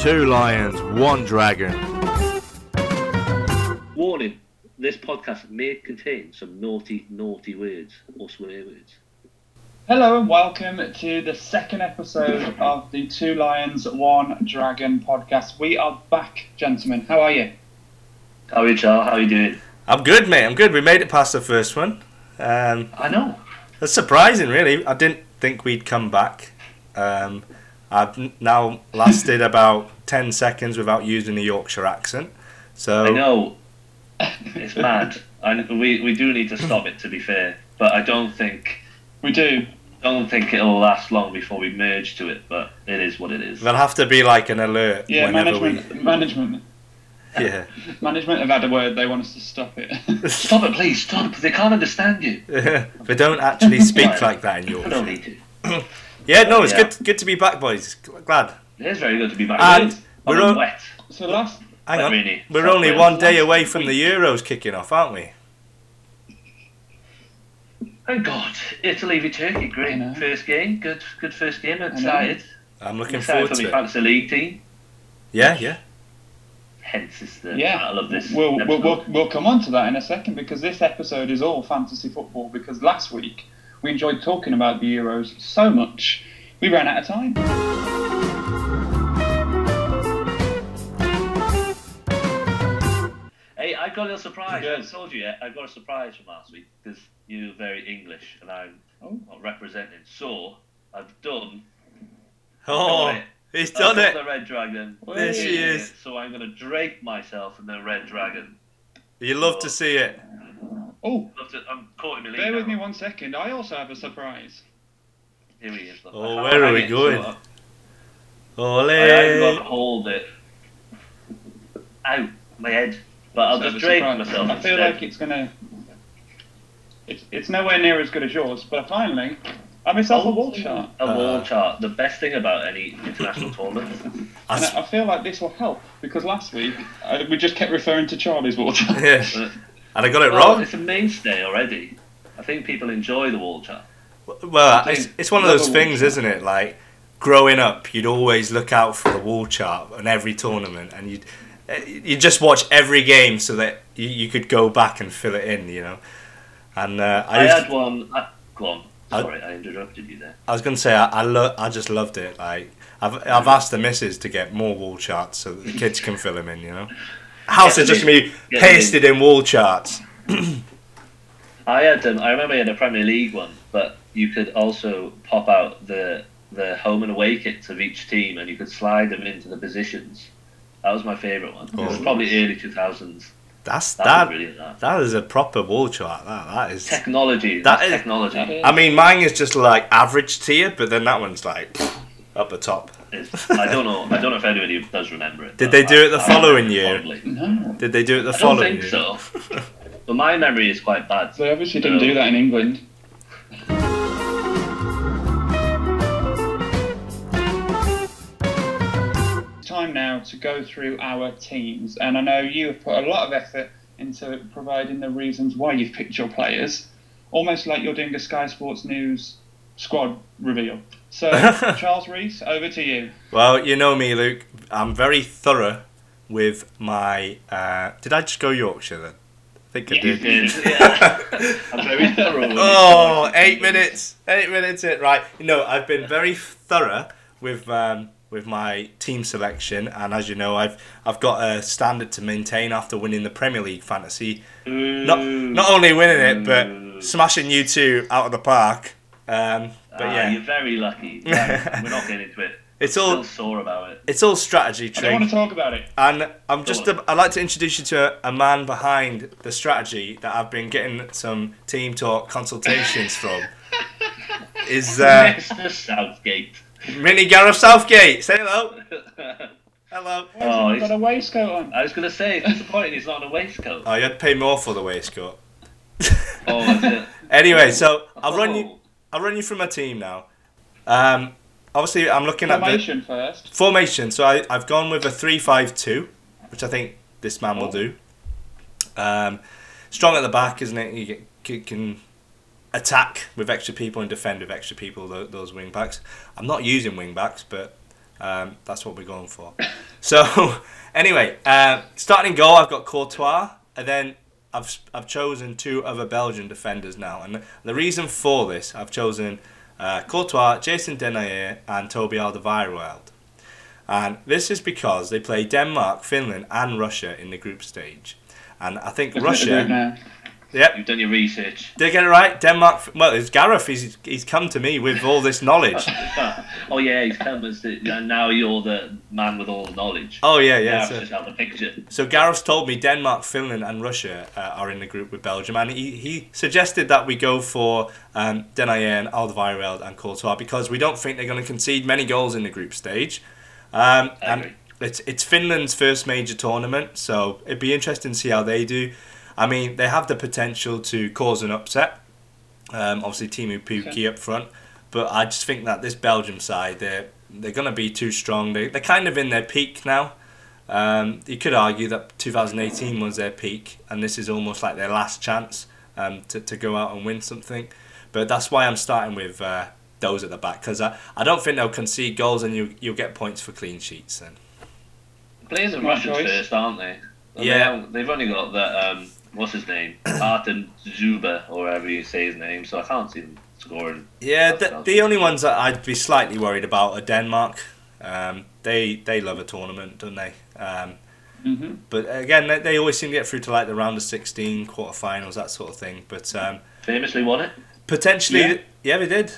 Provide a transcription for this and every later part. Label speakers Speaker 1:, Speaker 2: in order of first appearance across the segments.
Speaker 1: Two lions, one dragon.
Speaker 2: Warning: This podcast may contain some naughty, naughty words or swear words.
Speaker 3: Hello and welcome to the second episode of the Two Lions One Dragon podcast. We are back, gentlemen. How are you?
Speaker 2: How are you, Charles? How are you doing?
Speaker 4: I'm good, mate. I'm good. We made it past the first one. Um,
Speaker 2: I know.
Speaker 4: that's surprising, really. I didn't think we'd come back. Um, I've n- now lasted about 10 seconds without using a Yorkshire accent. So
Speaker 2: I know. It's mad, and we, we do need to stop it. To be fair, but I don't think
Speaker 3: We do.
Speaker 2: don't think it'll last long before we merge to it. But it is what it is.
Speaker 4: there'll have to be like an alert
Speaker 3: Yeah,
Speaker 4: whenever
Speaker 3: management, management,
Speaker 4: we. Yeah.
Speaker 3: management have had a word. They want us to stop it.
Speaker 2: Stop it, please. Stop. They can't understand you.
Speaker 4: they don't actually speak
Speaker 2: Right.
Speaker 4: like that in
Speaker 2: I
Speaker 4: Yorkshire.
Speaker 2: don't need to.
Speaker 4: Yeah, no, it's
Speaker 2: Yeah.
Speaker 4: good, good to be back, boys. Gl- Glad.
Speaker 2: It is very good to be back.
Speaker 4: And
Speaker 2: It's
Speaker 4: we're
Speaker 2: been
Speaker 4: on-
Speaker 2: wet.
Speaker 3: so last,
Speaker 4: Hang
Speaker 2: Not
Speaker 4: on.
Speaker 2: really.
Speaker 4: We're
Speaker 2: Not
Speaker 4: only
Speaker 2: really.
Speaker 4: one day away from the Euros kicking off, aren't we?
Speaker 2: Thank God. Italy v Turkey.
Speaker 3: I know.
Speaker 2: Great first game. Good good first game.
Speaker 3: know.
Speaker 2: Excited.
Speaker 4: I'm looking
Speaker 2: Excited
Speaker 4: forward
Speaker 2: for my
Speaker 4: to it.
Speaker 2: fantasy league team.
Speaker 4: Yeah, yeah.
Speaker 2: Hence is the
Speaker 3: Yeah.
Speaker 2: I love this.
Speaker 3: we'll, we'll,
Speaker 2: episode.
Speaker 3: we'll, we'll come on to that in a second because this episode is all fantasy football. Because last week we enjoyed talking about the Euros so much, we ran out of time.
Speaker 2: Hey, I've got a little surprise. I
Speaker 3: Yeah.
Speaker 2: haven't told you yet. I've got a surprise from last week because you're very English and I'm
Speaker 3: Oh.
Speaker 2: not representing. So I've done.
Speaker 4: Oh,
Speaker 2: Done it.
Speaker 4: he's
Speaker 2: I've
Speaker 4: done
Speaker 2: done
Speaker 4: it.
Speaker 2: The Red Dragon.
Speaker 3: There she
Speaker 4: is.
Speaker 2: So I'm going to drape myself in the Red Dragon.
Speaker 4: You love to see it.
Speaker 3: Oh,
Speaker 2: Love to- I'm caught in my lead.
Speaker 3: bear with
Speaker 2: now.
Speaker 3: me one second. I also have a surprise.
Speaker 2: Here he is. Look.
Speaker 4: Oh,
Speaker 2: I
Speaker 4: where are we
Speaker 2: can't
Speaker 4: going?
Speaker 2: hang it, so I, I haven't got
Speaker 4: Ole!
Speaker 2: to hold it. Ow, my head. But I'll
Speaker 3: So
Speaker 2: just
Speaker 3: the
Speaker 2: drape
Speaker 3: surprise-
Speaker 2: myself.
Speaker 3: I feel
Speaker 2: instead.
Speaker 3: like it's gonna. It's, it's nowhere near as good as yours, but finally, I myself a wall chart.
Speaker 2: a wall
Speaker 4: Uh,
Speaker 2: chart. The best thing about any international tournament.
Speaker 3: And
Speaker 4: As-
Speaker 3: I I feel like this will help because last week uh, we just kept referring to Charlie's wall chart.
Speaker 4: Yeah.
Speaker 2: But-
Speaker 4: And I got it
Speaker 2: Well,
Speaker 4: wrong.
Speaker 2: it's a mainstay already. I think people enjoy the wall chart.
Speaker 4: Well,
Speaker 3: I
Speaker 4: it's,
Speaker 3: think
Speaker 4: it's one of those
Speaker 3: another wall
Speaker 4: things,
Speaker 3: chart.
Speaker 4: isn't it? Like growing up, you'd always look out for the wall chart on every tournament, and you'd eh, you'd just watch every game so that you, you could go back and fill it in, you know. And uh, I,
Speaker 2: I
Speaker 4: used-
Speaker 2: had one. I, go on.
Speaker 4: I-
Speaker 2: Sorry, I interrupted you there.
Speaker 4: I was gonna say I I, lo- I just loved it. Like I've I've asked the missus to get more wall charts so that the kids can fill them in, you know. House
Speaker 2: Get
Speaker 4: is just
Speaker 2: them in.
Speaker 4: gonna be
Speaker 2: Get them in.
Speaker 4: pasted in wall charts.
Speaker 2: I had. Um, I remember I had a Premier League one, but you could also pop out the the home and away kits of each team, and you could slide them into the positions. That was my favourite one. It was
Speaker 4: Oh.
Speaker 2: probably early two thousands.
Speaker 4: That's
Speaker 2: That
Speaker 4: that.
Speaker 2: was brilliant. That
Speaker 4: That is a proper wall chart. That that is.
Speaker 2: technology.
Speaker 4: That
Speaker 2: that's
Speaker 4: is-
Speaker 2: technology.
Speaker 4: I mean, mine is just like average tier, but then that one's like pfft, up the top.
Speaker 2: It's- I don't know. I don't know if anybody does remember it.
Speaker 4: Did
Speaker 2: but
Speaker 4: they do
Speaker 2: I-
Speaker 4: it the
Speaker 2: I
Speaker 4: following
Speaker 2: remember it
Speaker 4: year?
Speaker 2: fondly.
Speaker 3: No,
Speaker 4: Did they do it the
Speaker 2: I don't
Speaker 4: following year?
Speaker 2: think so. But my memory is quite bad.
Speaker 3: they obviously didn't do that in England. It's Time now to go through our teams, and I know you have put a lot of effort into providing the reasons why you've picked your players, almost like you're doing a Sky Sports News squad reveal. So, Charles Reese, over to you.
Speaker 4: Well, you know me, Luke. I'm very thorough with my. Uh, did I just go Yorkshire then? I think I
Speaker 3: Yeah, you
Speaker 4: did.
Speaker 2: Yeah. uh, I'm very thorough. with
Speaker 4: Oh,
Speaker 2: it.
Speaker 4: eight minutes. Eight minutes it right. You know, I've been very thorough with um, with my team selection, and as you know, I've I've got a standard to maintain after winning the Premier League fantasy. Not not only winning it, but smashing you two out of the park. Um, but
Speaker 2: Ah,
Speaker 4: yeah,
Speaker 2: you're very lucky. Right, We're not getting into it.
Speaker 4: it's
Speaker 2: Still
Speaker 4: all
Speaker 2: sore about it.
Speaker 4: it's all strategy
Speaker 3: I don't want
Speaker 4: trick.
Speaker 3: to talk about it.
Speaker 4: And I'm just
Speaker 2: on.
Speaker 4: i I'd like to introduce you to a, a man behind the strategy that I've been getting some team talk consultations from. Is uh,
Speaker 2: Mr. Southgate.
Speaker 4: Mini Gareth Southgate. Say hello. Hello.
Speaker 3: Why has
Speaker 2: Oh,
Speaker 3: he
Speaker 2: it's-
Speaker 3: got a waistcoat on?
Speaker 2: I was gonna say it's disappointing he's not in a waistcoat.
Speaker 4: Oh, you had to pay more for the waistcoat.
Speaker 2: Oh, is it?
Speaker 4: Anyway, so I'll run you.
Speaker 2: Oh,
Speaker 4: I'll run you through my team now. Um, obviously, I'm looking at the
Speaker 3: Formation first.
Speaker 4: formation. So I, I've gone with a three-five-two, which I think this man will do. Um, strong at the back, isn't it? You get, c- can attack with extra people and defend with extra people. tho- Those wing backs. I'm not using wing backs, but Um, that's what we're going for. so, anyway, uh, starting goal, I've got Courtois, and then I've I've chosen two other Belgian defenders now, and the reason for this, I've chosen uh, Courtois, Jason Denayer, and Toby Alderweireld. And this is because they play Denmark, Finland, and Russia in the group stage. And I think
Speaker 3: Looking at the group
Speaker 4: Russia,
Speaker 3: now.
Speaker 4: yep,
Speaker 2: You've done your research.
Speaker 4: they get it right. Denmark, well, it's Gareth, he's, he's come to me with all this knowledge.
Speaker 2: oh yeah, he's come as the, and now you're the man with all the knowledge.
Speaker 4: Oh, yeah, yeah.
Speaker 2: yeah, I've
Speaker 4: so-
Speaker 2: just had the picture.
Speaker 4: So Gareth's told me Denmark, Finland, and Russia uh, are in the group with Belgium, and he, he suggested that we go for um, Denayen, Alderweireld, and Courtois because we don't think they're going to concede many goals in the group stage. Um, and
Speaker 2: agree.
Speaker 4: it's it's Finland's first major tournament, so it'd be interesting to see how they do. I mean, they have the potential to cause an upset. Um, obviously, Timu Pukki up front, but I just think that this Belgium side, they're they're going to be too strong. They they're kind of in their peak now. Um, you could argue that 2018 was their peak, and this is almost like their last chance um, to, to go out and win something. But that's why I'm starting with uh, those at the back because I, I don't think they'll concede goals and you, you'll get points for clean sheets then.
Speaker 2: Players are
Speaker 3: Good
Speaker 2: Russians
Speaker 3: choice.
Speaker 2: first, aren't they? Well,
Speaker 4: Yeah.
Speaker 2: they don't- They've only got that. Um, what's his name? Artem Zuba, or however you say his name. So I can't see them scoring.
Speaker 4: Yeah, the, the only ones that I'd be slightly worried about are Denmark. Um, they they love a tournament, don't they? Um,
Speaker 3: Mhm.
Speaker 4: but again, they, they always seem to get through to like the round of 16, quarterfinals, that sort of thing. But um,
Speaker 2: Famously won it.
Speaker 4: potentially, yeah.
Speaker 3: Yeah.
Speaker 4: they did.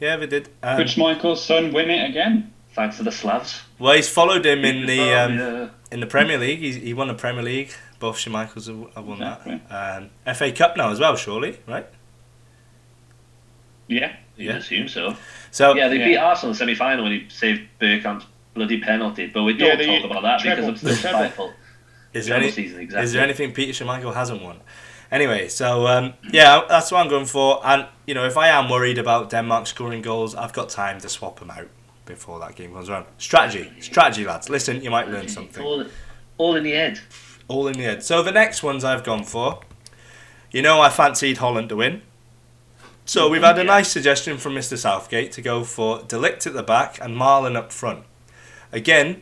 Speaker 4: Yeah, they did. Um,
Speaker 3: Could Schmeichel's son win it again?
Speaker 2: Thanks to the Slavs.
Speaker 4: Well, he's followed him in the
Speaker 2: Oh,
Speaker 4: um,
Speaker 2: yeah.
Speaker 4: in the Premier League. He's, he won the Premier League. Both Schmeichels have- have won
Speaker 3: Exactly.
Speaker 4: that. Um, FA Cup now as well, surely, right?
Speaker 3: Yeah.
Speaker 2: You'd
Speaker 4: yeah. Oh,
Speaker 2: assume so.
Speaker 4: So
Speaker 2: yeah, they
Speaker 3: yeah.
Speaker 2: beat Arsenal in the semi-final when he saved Bergkamp's bloody penalty. But we don't
Speaker 3: Yeah, they-
Speaker 2: talk about that
Speaker 3: treble.
Speaker 2: because I'm still
Speaker 3: Treble.
Speaker 2: spiteful.
Speaker 4: is there
Speaker 2: Treble
Speaker 4: any
Speaker 2: season, exactly.
Speaker 4: is there anything Peter Schmeichel hasn't won? Anyway, so um, yeah, that's what I'm going for. And you know, if I am worried about Denmark scoring goals, I've got time to swap them out before that game comes around. Strategy, strategy, lads. Listen, you might learn something.
Speaker 2: All, all in the head.
Speaker 4: All in the head. So the next ones I've gone for, you know, I fancied Holland to win. So we've had a
Speaker 2: Yeah.
Speaker 4: nice suggestion from Mr. Southgate to go for Delict at the back and Marlin up front. Again,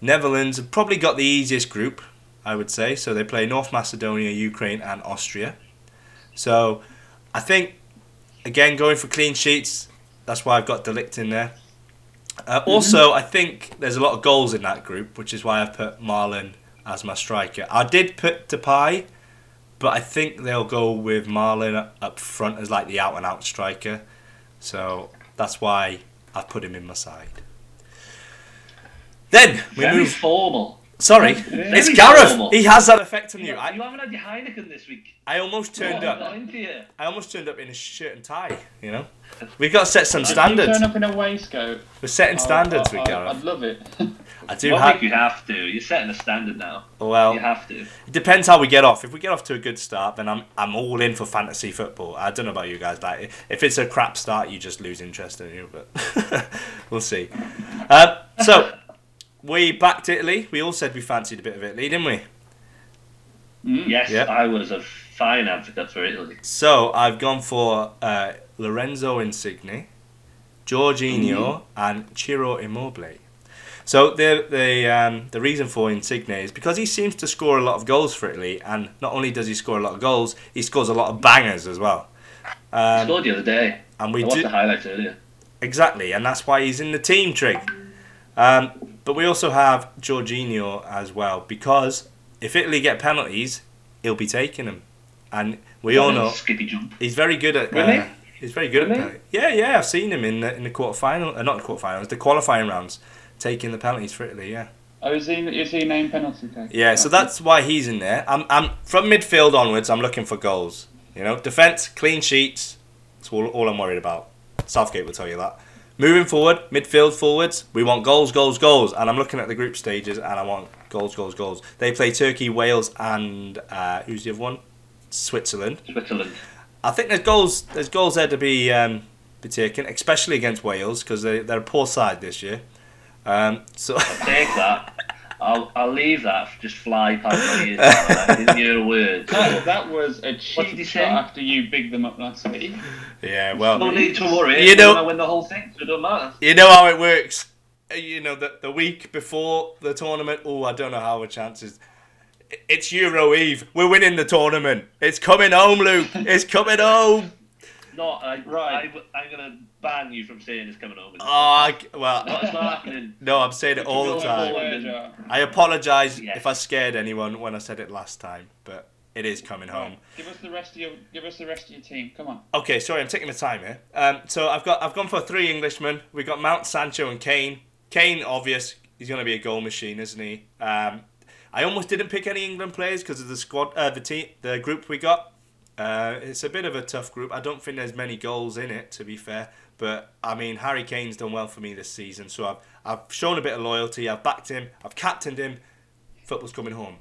Speaker 4: Netherlands have probably got the easiest group, I would say. So they play North Macedonia, Ukraine, and Austria. So I think, again, going for clean sheets, that's why I've got Delict in there. Uh, also, I think there's a lot of goals in that group, which is why I've put Marlin as my striker. I did put Depay, but I think they'll go with Marlin up front as like the out and out striker. So that's why I put him in my side. Then we
Speaker 2: Very
Speaker 4: move.
Speaker 2: formal.
Speaker 4: Sorry,
Speaker 3: Very
Speaker 4: it's Gareth.
Speaker 2: formal.
Speaker 4: He has that effect on you.
Speaker 2: You,
Speaker 4: I,
Speaker 2: haven't had your Heineken this week.
Speaker 4: I almost turned
Speaker 2: What have I
Speaker 4: up.
Speaker 2: done to you?
Speaker 4: I almost turned up in a shirt and tie. You know, we've got to set some standards.
Speaker 3: Turn up in a waistcoat.
Speaker 4: We're setting standards
Speaker 3: I,
Speaker 4: with
Speaker 3: I, I,
Speaker 4: Gareth.
Speaker 3: would love it.
Speaker 4: I do
Speaker 2: I think
Speaker 4: have.
Speaker 2: you have to. You're setting a standard now.
Speaker 4: Well,
Speaker 2: You have to.
Speaker 4: It depends how we get off. If we get off to a good start, then I'm I'm all in for fantasy football. I don't know about you guys. Like, if it's a crap start, you just lose interest in you. But we'll see. Uh, so we backed Italy. We all said we fancied a bit of Italy, didn't we?
Speaker 2: Yes,
Speaker 4: Hmm. Yeah.
Speaker 2: I was a fine advocate for Italy.
Speaker 4: So I've gone for uh, Lorenzo Insigne, Jorginho, and Ciro Immobile. So the the um, the reason for Insigne is because he seems to score a lot of goals for Italy, and not only does he score a lot of goals, he scores a lot of bangers as well.
Speaker 2: I
Speaker 4: Um,
Speaker 2: scored the other day.
Speaker 4: and
Speaker 2: I
Speaker 4: we
Speaker 2: watched
Speaker 4: do
Speaker 2: the highlights earlier.
Speaker 4: exactly, and that's why he's in the team trig. Um, but we also have Jorginho as well because if Italy get penalties, he'll be taking them, and we all know
Speaker 2: Skippy jump.
Speaker 4: He's very good at.
Speaker 3: Really?
Speaker 4: uh, he's very good
Speaker 3: Really?
Speaker 4: at penalty. Yeah, yeah, I've seen him in the in the quarterfinal, uh, not the quarterfinals, the qualifying rounds, taking the penalties for Italy. Yeah.
Speaker 3: oh, is he? Is he named penalty taker?
Speaker 4: Yeah, so that's why he's in there. I'm, I'm from midfield onwards. I'm looking for goals. You know, defense, clean sheets. That's all, all I'm worried about. Southgate will tell you that. Moving forward, midfield forwards, we want goals, goals, goals. And I'm looking at the group stages, and I want goals, goals, goals. They play Turkey, Wales, and uh, who's the other one? Switzerland.
Speaker 2: Switzerland.
Speaker 4: I think there's goals. There's goals there to be um, be taken, especially against Wales because they they're a poor side this year. Um, so
Speaker 2: Take that. I'll, I'll leave that. Just fly past my ears. I didn't hear a word.
Speaker 3: That, that was
Speaker 2: What
Speaker 3: a
Speaker 2: did
Speaker 3: cheap
Speaker 2: he
Speaker 3: shot
Speaker 2: say?
Speaker 3: after you bigged them up last week.
Speaker 4: Oh, yeah,
Speaker 2: No
Speaker 4: well,
Speaker 2: need to worry.
Speaker 4: You
Speaker 2: You
Speaker 4: know-
Speaker 2: know, I win the whole thing, so it don't matter.
Speaker 4: you know how it works. uh, you know, the, the week before the tournament, oh, I don't know how our chances. I- It's Euro Eve. We're winning the tournament. It's coming home, Luke. It's coming home.
Speaker 2: Not I,
Speaker 3: Right.
Speaker 2: right. I, am gonna ban you from saying it's coming over.
Speaker 4: Oh, I c-
Speaker 2: Not
Speaker 4: well,
Speaker 2: it's not happening.
Speaker 4: no, I'm saying it all the
Speaker 2: Roll
Speaker 4: time.
Speaker 2: forward.
Speaker 3: Word jar.
Speaker 4: I apologise
Speaker 2: Yeah.
Speaker 4: if I scared anyone when I said it last time, but it is coming home.
Speaker 3: Give us the rest of your give us the rest of your team. Come on.
Speaker 4: Okay, sorry, I'm taking my time here. Um, so I've got I've gone for three Englishmen. We've got Mount Sancho and Kane. Kane, obvious, he's going to be a goal machine, isn't he? Um, I almost didn't pick any England players because of the squad, uh, the team, the group we got. Uh, it's a bit of a tough group. I don't think there's many goals in it, to be fair. But I mean, Harry Kane's done well for me this season, so I've I've shown a bit of loyalty. I've backed him. I've captained him. Football's coming home.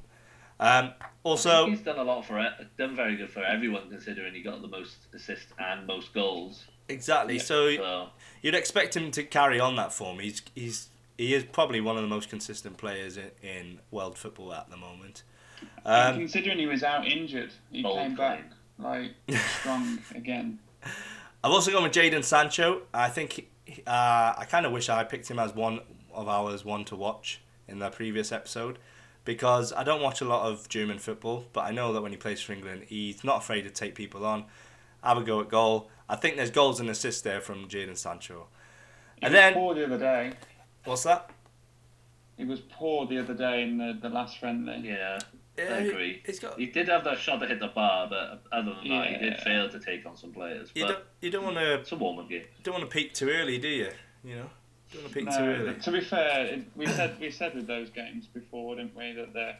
Speaker 4: Um, also,
Speaker 2: he's done a lot for it. Done very good for everyone, considering he got the most assists and most goals.
Speaker 4: exactly. So
Speaker 2: So
Speaker 4: You'd expect him to carry on that form. He's he's he is probably one of the most consistent players in, in world football at the moment.
Speaker 3: And
Speaker 4: Um,
Speaker 3: Considering he was out injured, he
Speaker 2: bold
Speaker 3: came back
Speaker 2: claim.
Speaker 3: like strong again.
Speaker 4: I've also gone with Jaden Sancho. I think he- he- uh, I kind of wish I picked him as one of ours one to watch in the previous episode because I don't watch a lot of German football, but I know that when he plays for England, he's not afraid to take people on. Have a go at goal. I think there's goals and assists there from Jaden Sancho.
Speaker 3: He
Speaker 4: And
Speaker 3: was
Speaker 4: then
Speaker 3: poor the other day.
Speaker 4: what's that?
Speaker 3: He was poor the other day in the, the last friendly.
Speaker 2: yeah, I
Speaker 4: Yeah, he-
Speaker 2: agree.
Speaker 4: he's got
Speaker 2: He did have that shot that hit the bar, but other than that, he did
Speaker 3: Yeah.
Speaker 2: fail to take on some players.
Speaker 4: you don't
Speaker 2: But
Speaker 4: you don't want to
Speaker 2: it's a warm up game.
Speaker 4: don't want to peak too early, do you? You know, don't want to peak too
Speaker 3: No,
Speaker 4: early.
Speaker 3: to be fair, it, we said we said with those games before, didn't we, that they're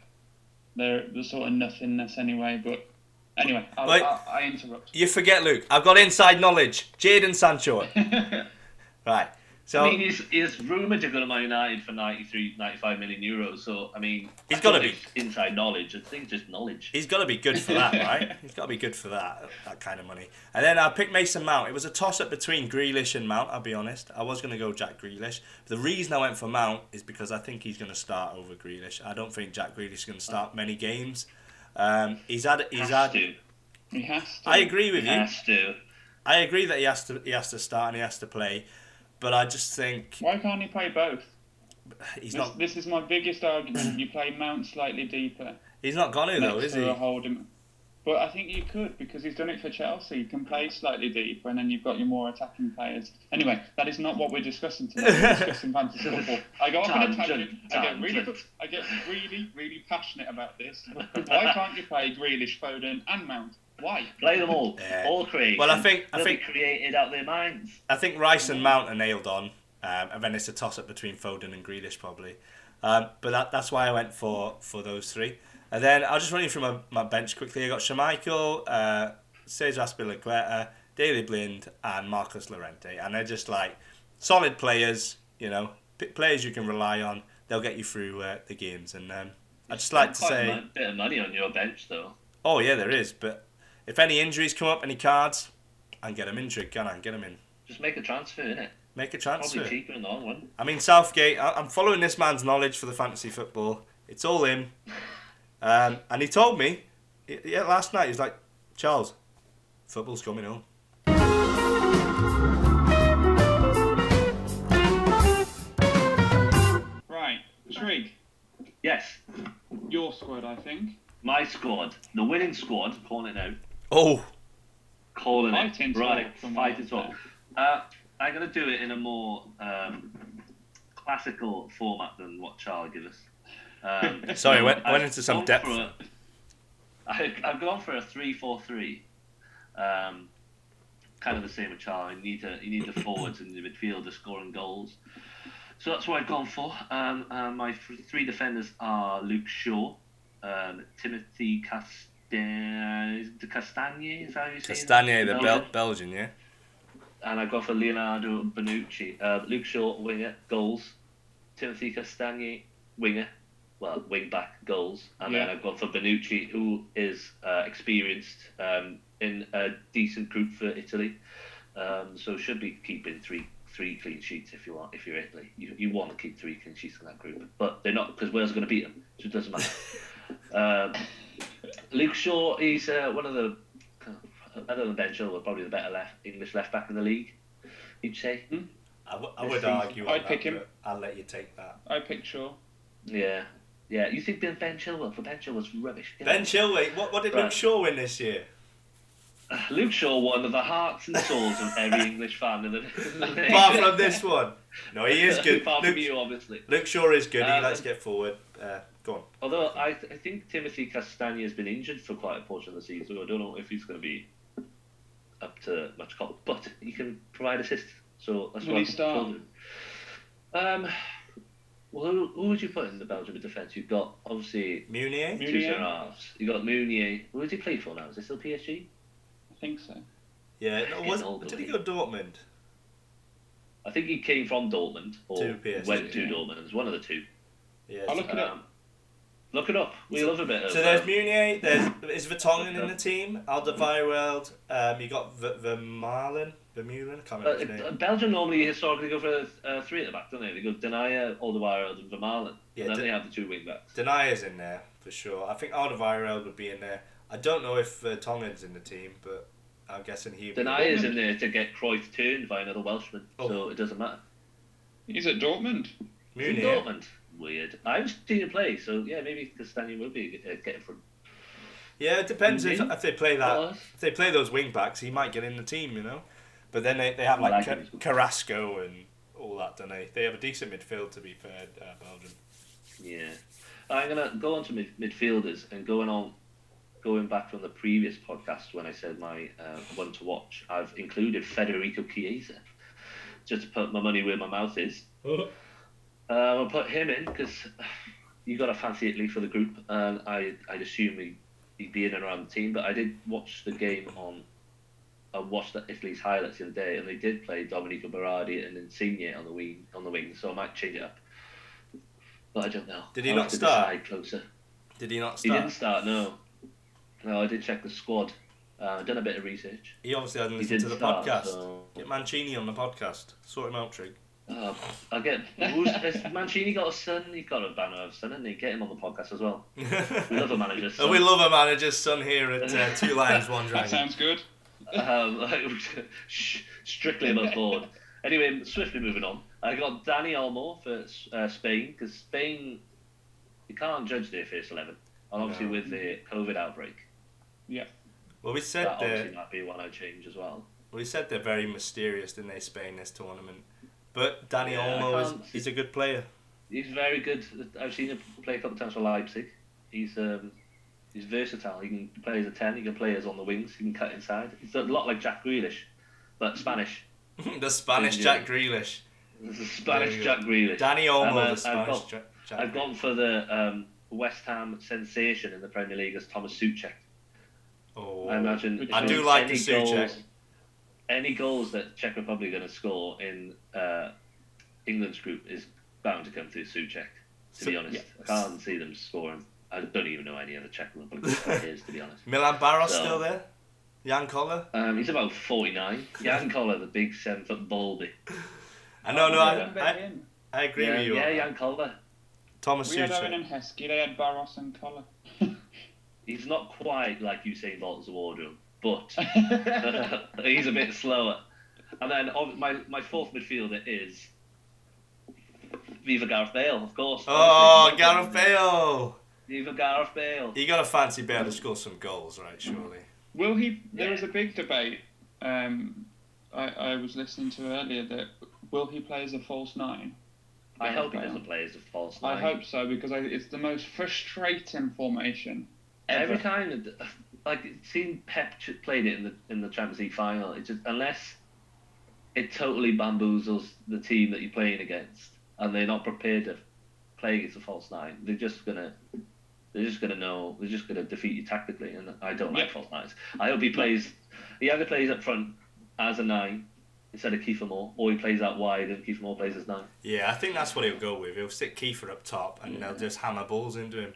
Speaker 3: they're the sort of nothingness anyway. But anyway, I'll,
Speaker 4: Wait.
Speaker 3: I'll, I interrupt.
Speaker 4: You forget, Luke. I've got inside knowledge. Jaden Sancho. right. So
Speaker 2: I mean, he's, he's rumoured to go to Man United for 93, 95 million euros. So, I mean,
Speaker 4: He's
Speaker 2: I
Speaker 4: gotta
Speaker 2: don't
Speaker 4: be.
Speaker 2: think it's inside knowledge. I think it's just knowledge.
Speaker 4: he's got to be good for that, right? he's got to be good for that that kind of money. And then I picked Mason Mount. It was a toss up between Grealish and Mount. I'll be honest. I was going to go Jack Grealish. The reason I went for Mount is because I think he's going to start over Grealish. I don't think Jack Grealish is going to start many games. Um, he's had he's
Speaker 2: has
Speaker 4: had.
Speaker 2: to.
Speaker 3: He has to.
Speaker 4: I agree with you.
Speaker 2: Has to.
Speaker 4: I agree that he has to he has to start and he has to play, but I just think
Speaker 3: Why can't he play both?
Speaker 4: he's
Speaker 3: This,
Speaker 4: not
Speaker 3: this is my biggest argument. You play Mount slightly deeper.
Speaker 4: He's not gone to
Speaker 3: next
Speaker 4: though, is
Speaker 3: to
Speaker 4: he?
Speaker 3: a holding. But I think you could because he's done it for Chelsea. You can play slightly deeper, and then you've got your more attacking players. Anyway, that is not what we're discussing today. We're discussing fantasy football. I go off on a tangent.
Speaker 2: Tangent,
Speaker 3: I get really,
Speaker 2: tangent.
Speaker 3: I get really, really passionate about this. Why can't you play Grealish, Foden, and Mount? Why?
Speaker 2: Play them all.
Speaker 4: Yeah.
Speaker 2: All created.
Speaker 4: Well, I think- I
Speaker 2: They'll
Speaker 4: think-
Speaker 2: be created out their minds.
Speaker 4: I think Rice and Mount are nailed on, um, and then it's a toss up between Foden and Grealish probably. Um, but that, that's why I went for, for those three. And then I'll just run you through my, my bench quickly. I got Shamichael, uh, Cesar Aspilicueta, Daley Blind, and Marcus Llorente, and they're just like solid players. You know, p- players you can rely on. They'll get you through uh, the games. And um, I just like to
Speaker 2: Quite
Speaker 4: say.
Speaker 2: a bit of money on your bench, though.
Speaker 4: Oh yeah, there is. But if any injuries come up, any cards, and get them injured, can I get them in?
Speaker 2: Just make a transfer, innit?
Speaker 4: Make a
Speaker 2: Probably
Speaker 4: transfer.
Speaker 2: cheaper in the long run.
Speaker 4: I mean, Southgate. I- I'm following this man's knowledge for the fantasy football. It's all him. Um, and he told me, y- yeah, last night he's like, Charles, football's coming home.
Speaker 3: Right, Trig,
Speaker 2: Yes,
Speaker 3: your squad, I think.
Speaker 2: my squad, the winning squad, calling it out.
Speaker 4: Oh,
Speaker 2: calling
Speaker 3: Fight
Speaker 2: it.
Speaker 3: and
Speaker 2: Right,
Speaker 3: talk from
Speaker 2: fight
Speaker 3: what
Speaker 2: and
Speaker 3: I've
Speaker 2: talk. Uh, I'm going to do it in a more um, classical format than what Charlie gave us. Um,
Speaker 4: Sorry, went-
Speaker 2: I've
Speaker 4: went into some
Speaker 2: gone
Speaker 4: depth.
Speaker 2: for a- I, I've gone for a three-four-three. Um, kind of the same with Charlie. You need, to, you need the forwards and the midfielder scoring goals. So that's what I've gone for. Um, uh, my f- three defenders are Luke Shaw, um, Timothy Castan- Castagne, is that how you say his
Speaker 4: Castagne,
Speaker 2: name?
Speaker 4: the
Speaker 2: Belgian
Speaker 4: Bel- Belgian, yeah.
Speaker 2: and I've gone for Leonardo Bonucci. Uh, Luke Shaw, winger, goals. Timothy Castagne, winger, well, wing back, goals. And
Speaker 3: Yeah.
Speaker 2: then I've gone for Bonucci, who is uh, experienced um, in a decent group for Italy. Um, so should be keeping three three clean sheets if you want if you're Italy. You, you want to keep three clean sheets in that group, but they're not because Wales are going to beat them, so it doesn't matter. um, Luke Shaw, he's uh, one of the other than Ben Chilwell, probably the better left English left back in the league. You'd say.
Speaker 4: I, w- I
Speaker 2: This
Speaker 4: would
Speaker 2: season.
Speaker 4: argue. on
Speaker 3: I'd pick
Speaker 4: that,
Speaker 3: him.
Speaker 4: but I'll let you take that.
Speaker 3: I pick Shaw.
Speaker 2: Yeah. Yeah, you think Ben, ben Chilwell, but Ben Chilwell's rubbish. Get
Speaker 4: Ben Chilwell. What, what did
Speaker 2: Right.
Speaker 4: Luke Shaw win this year?
Speaker 2: out. Luke Shaw, one of the hearts and souls of every English fan. In the-
Speaker 4: Apart from this one. No, he is good.
Speaker 2: Apart from
Speaker 4: Luke,
Speaker 2: you, obviously.
Speaker 4: Luke Shaw is good. he
Speaker 2: Um,
Speaker 4: likes to get forward. Uh, go on.
Speaker 2: Although I, th- I think Timothy Castagna has been injured for quite a portion of the season. I don't know if he's going to be up to much call, but he can provide assist. So that's
Speaker 3: Will
Speaker 2: what
Speaker 3: he
Speaker 2: I'm
Speaker 3: start?
Speaker 2: told him. Um, well, who, who would you put in the Belgium defence? You've got obviously
Speaker 4: Munier?
Speaker 2: two centre
Speaker 3: Meunier?
Speaker 2: halves. You've got Mounier. Who does he play for now? Is it still PSG?
Speaker 3: I think so.
Speaker 4: Yeah. No,
Speaker 2: Getting
Speaker 4: was,
Speaker 2: older,
Speaker 4: did he
Speaker 2: mate.
Speaker 4: go Dortmund?
Speaker 2: I think he came from Dortmund or
Speaker 4: To PSG.
Speaker 2: went to Dortmund. It's one of the two.
Speaker 4: Yeah.
Speaker 3: I'll look it up.
Speaker 2: Um, look it up. We love a bit of.
Speaker 4: So there's
Speaker 2: uh,
Speaker 4: Munier, there's is Vertonghen in the team, Alderweireld, um, you got V- Vermaelen, Vermeulen, I can't
Speaker 2: Uh,
Speaker 4: remember his
Speaker 2: it- uh,
Speaker 4: name.
Speaker 2: Belgium normally historically go for uh, three at the back, don't they? They go Denia, Alderweireld, and Vermaelen.
Speaker 4: Yeah,
Speaker 2: and then
Speaker 4: d-
Speaker 2: they have the two wing backs.
Speaker 4: Denier's in there for sure. I think Alderweireld would be in there. I don't know if Vertonghen's in the team, but I'm guessing he. would be-
Speaker 2: Denia's in there to get Cruyff turned by another Welshman, so
Speaker 4: Oh.
Speaker 2: it doesn't matter.
Speaker 3: He's at Dortmund.
Speaker 2: He's in
Speaker 4: Munier.
Speaker 2: Dortmund. Weird. I haven't seen him play, so yeah, maybe Castagna will be uh, getting from.
Speaker 4: Yeah, it depends if,
Speaker 2: Munier?
Speaker 4: if they play that.
Speaker 2: Well,
Speaker 4: If they play those wing backs, he might get in the team, you know. But then they, they have like
Speaker 2: Like
Speaker 4: Ca-
Speaker 2: him.
Speaker 4: Carrasco and all that, don't they? They have a decent midfield, to be fair, uh, Belgium.
Speaker 2: Yeah. I'm gonna go on to mid- midfielders and going on, going back from the previous podcast when I said my uh, one to watch. I've included Federico Chiesa, just to put my money where my mouth is.
Speaker 4: Oh.
Speaker 2: Uh, I'll put him in because you got to fancy Italy for the group, and I I'd assume he he'd be in and around the team. But I did watch the game on. I watched the Italy's highlights the other day, and they did play Domenico Berardi and Insigne on the wing on the wing. So I might change it up. But I don't know.
Speaker 4: Did he
Speaker 2: I'll
Speaker 4: not
Speaker 2: have to
Speaker 4: start?
Speaker 2: decide Closer.
Speaker 4: Did he not
Speaker 2: He
Speaker 4: start?
Speaker 2: didn't start. No. No, I did check the squad. Uh, I've done a bit of research.
Speaker 4: He obviously hasn't
Speaker 2: He
Speaker 4: listened to
Speaker 2: did
Speaker 4: the
Speaker 2: start,
Speaker 4: podcast.
Speaker 2: so-
Speaker 4: Get Mancini on the podcast. Sort him out, Trig.
Speaker 2: Uh, I get who's, has Mancini got a son. He's got a banner of a son, and they get him on the podcast as well.
Speaker 4: we
Speaker 2: We love a manager. son.
Speaker 4: we love a manager's son here at uh, Two Lions, One
Speaker 3: That
Speaker 4: Dragon.
Speaker 3: sounds good.
Speaker 2: um, sh- strictly above board. Anyway, swiftly moving on. I got Danny Almo for uh, Spain because Spain, you can't judge their first eleven, and obviously
Speaker 4: No.
Speaker 2: with the COVID outbreak,
Speaker 4: Well, we said
Speaker 2: that obviously
Speaker 4: they're,
Speaker 2: might be one I change as well.
Speaker 4: we said they're very mysterious, didn't they, Spain, this tournament? But Danny
Speaker 2: Yeah, I
Speaker 4: Olmo
Speaker 2: can't-
Speaker 4: is he's a good player.
Speaker 2: He's very good. I've seen him play a couple of times for Leipzig. He's um, he's versatile. He can play as a ten. He can play as on the wings. He can cut inside. He's a lot like Jack Grealish, but Spanish.
Speaker 4: the Spanish
Speaker 2: Yeah.
Speaker 4: Jack Grealish.
Speaker 2: Spanish
Speaker 4: you go.
Speaker 2: Jack Grealish.
Speaker 4: Danny Olmo,
Speaker 2: Um, uh,
Speaker 4: the
Speaker 2: I've
Speaker 4: Spanish
Speaker 2: got-
Speaker 4: Jack, Jack
Speaker 2: I've gone for the um, West Ham sensation in the Premier League as Thomas Suchek.
Speaker 4: Oh,
Speaker 2: I imagine.
Speaker 3: I
Speaker 2: if
Speaker 3: do
Speaker 2: there's
Speaker 4: like
Speaker 2: any
Speaker 4: the Suchek.
Speaker 2: goals- Any goals that Czech Republic are going to score in uh, England's group is bound to come through Suchek. To
Speaker 4: So-
Speaker 2: be honest, I can't see them scoring. I don't even know any other Czech Republic players, to be honest.
Speaker 4: Milan Barros
Speaker 2: So-
Speaker 4: still there? Jan Koller?
Speaker 2: Um, he's about 49. Jan Koller, the big seven foot baldy.
Speaker 4: I
Speaker 3: Oh,
Speaker 4: know, Uh, no,
Speaker 2: yeah.
Speaker 4: I, I,
Speaker 3: him.
Speaker 4: I agree
Speaker 2: yeah,
Speaker 4: with you. on
Speaker 2: yeah,
Speaker 4: that.
Speaker 2: Jan Koller.
Speaker 4: Thomas
Speaker 3: We had Owen
Speaker 4: Suchet.
Speaker 3: and Heskey. They had Barros and Collar.
Speaker 2: He's not quite like Usain Bolt's wardrobe, but he's a bit slower. And then ob- my my fourth midfielder is Viva Gareth Bale, of course.
Speaker 4: Oh, Gareth Bale!
Speaker 2: Viva Gareth Bale.
Speaker 4: You gotta fancy Bale to score some goals, right? Surely.
Speaker 3: Will he? There
Speaker 2: Yeah.
Speaker 3: was a big debate. Um, I, I was listening to earlier that will he play as a false nine?
Speaker 2: I hope he
Speaker 3: Bale.
Speaker 2: doesn't play as a false nine.
Speaker 3: I hope so because I, it's the most frustrating formation.
Speaker 2: every
Speaker 3: ever.
Speaker 2: time, that- like seeing Pep ch- played it in the in the Champions League final, it just unless it totally bamboozles the team that you're playing against, and they're not prepared to play against a false nine, they're just gonna. They're just gonna know. They're just gonna defeat you tactically, and I don't like
Speaker 3: Yeah.
Speaker 2: false nines. I hope he plays. He either plays up front as a nine instead of Kiefer Moore, or he plays out wide and Kiefer Moore plays as nine.
Speaker 4: Yeah, I think that's what he'll go with. He'll stick Kiefer up top and they'll just hammer balls into him.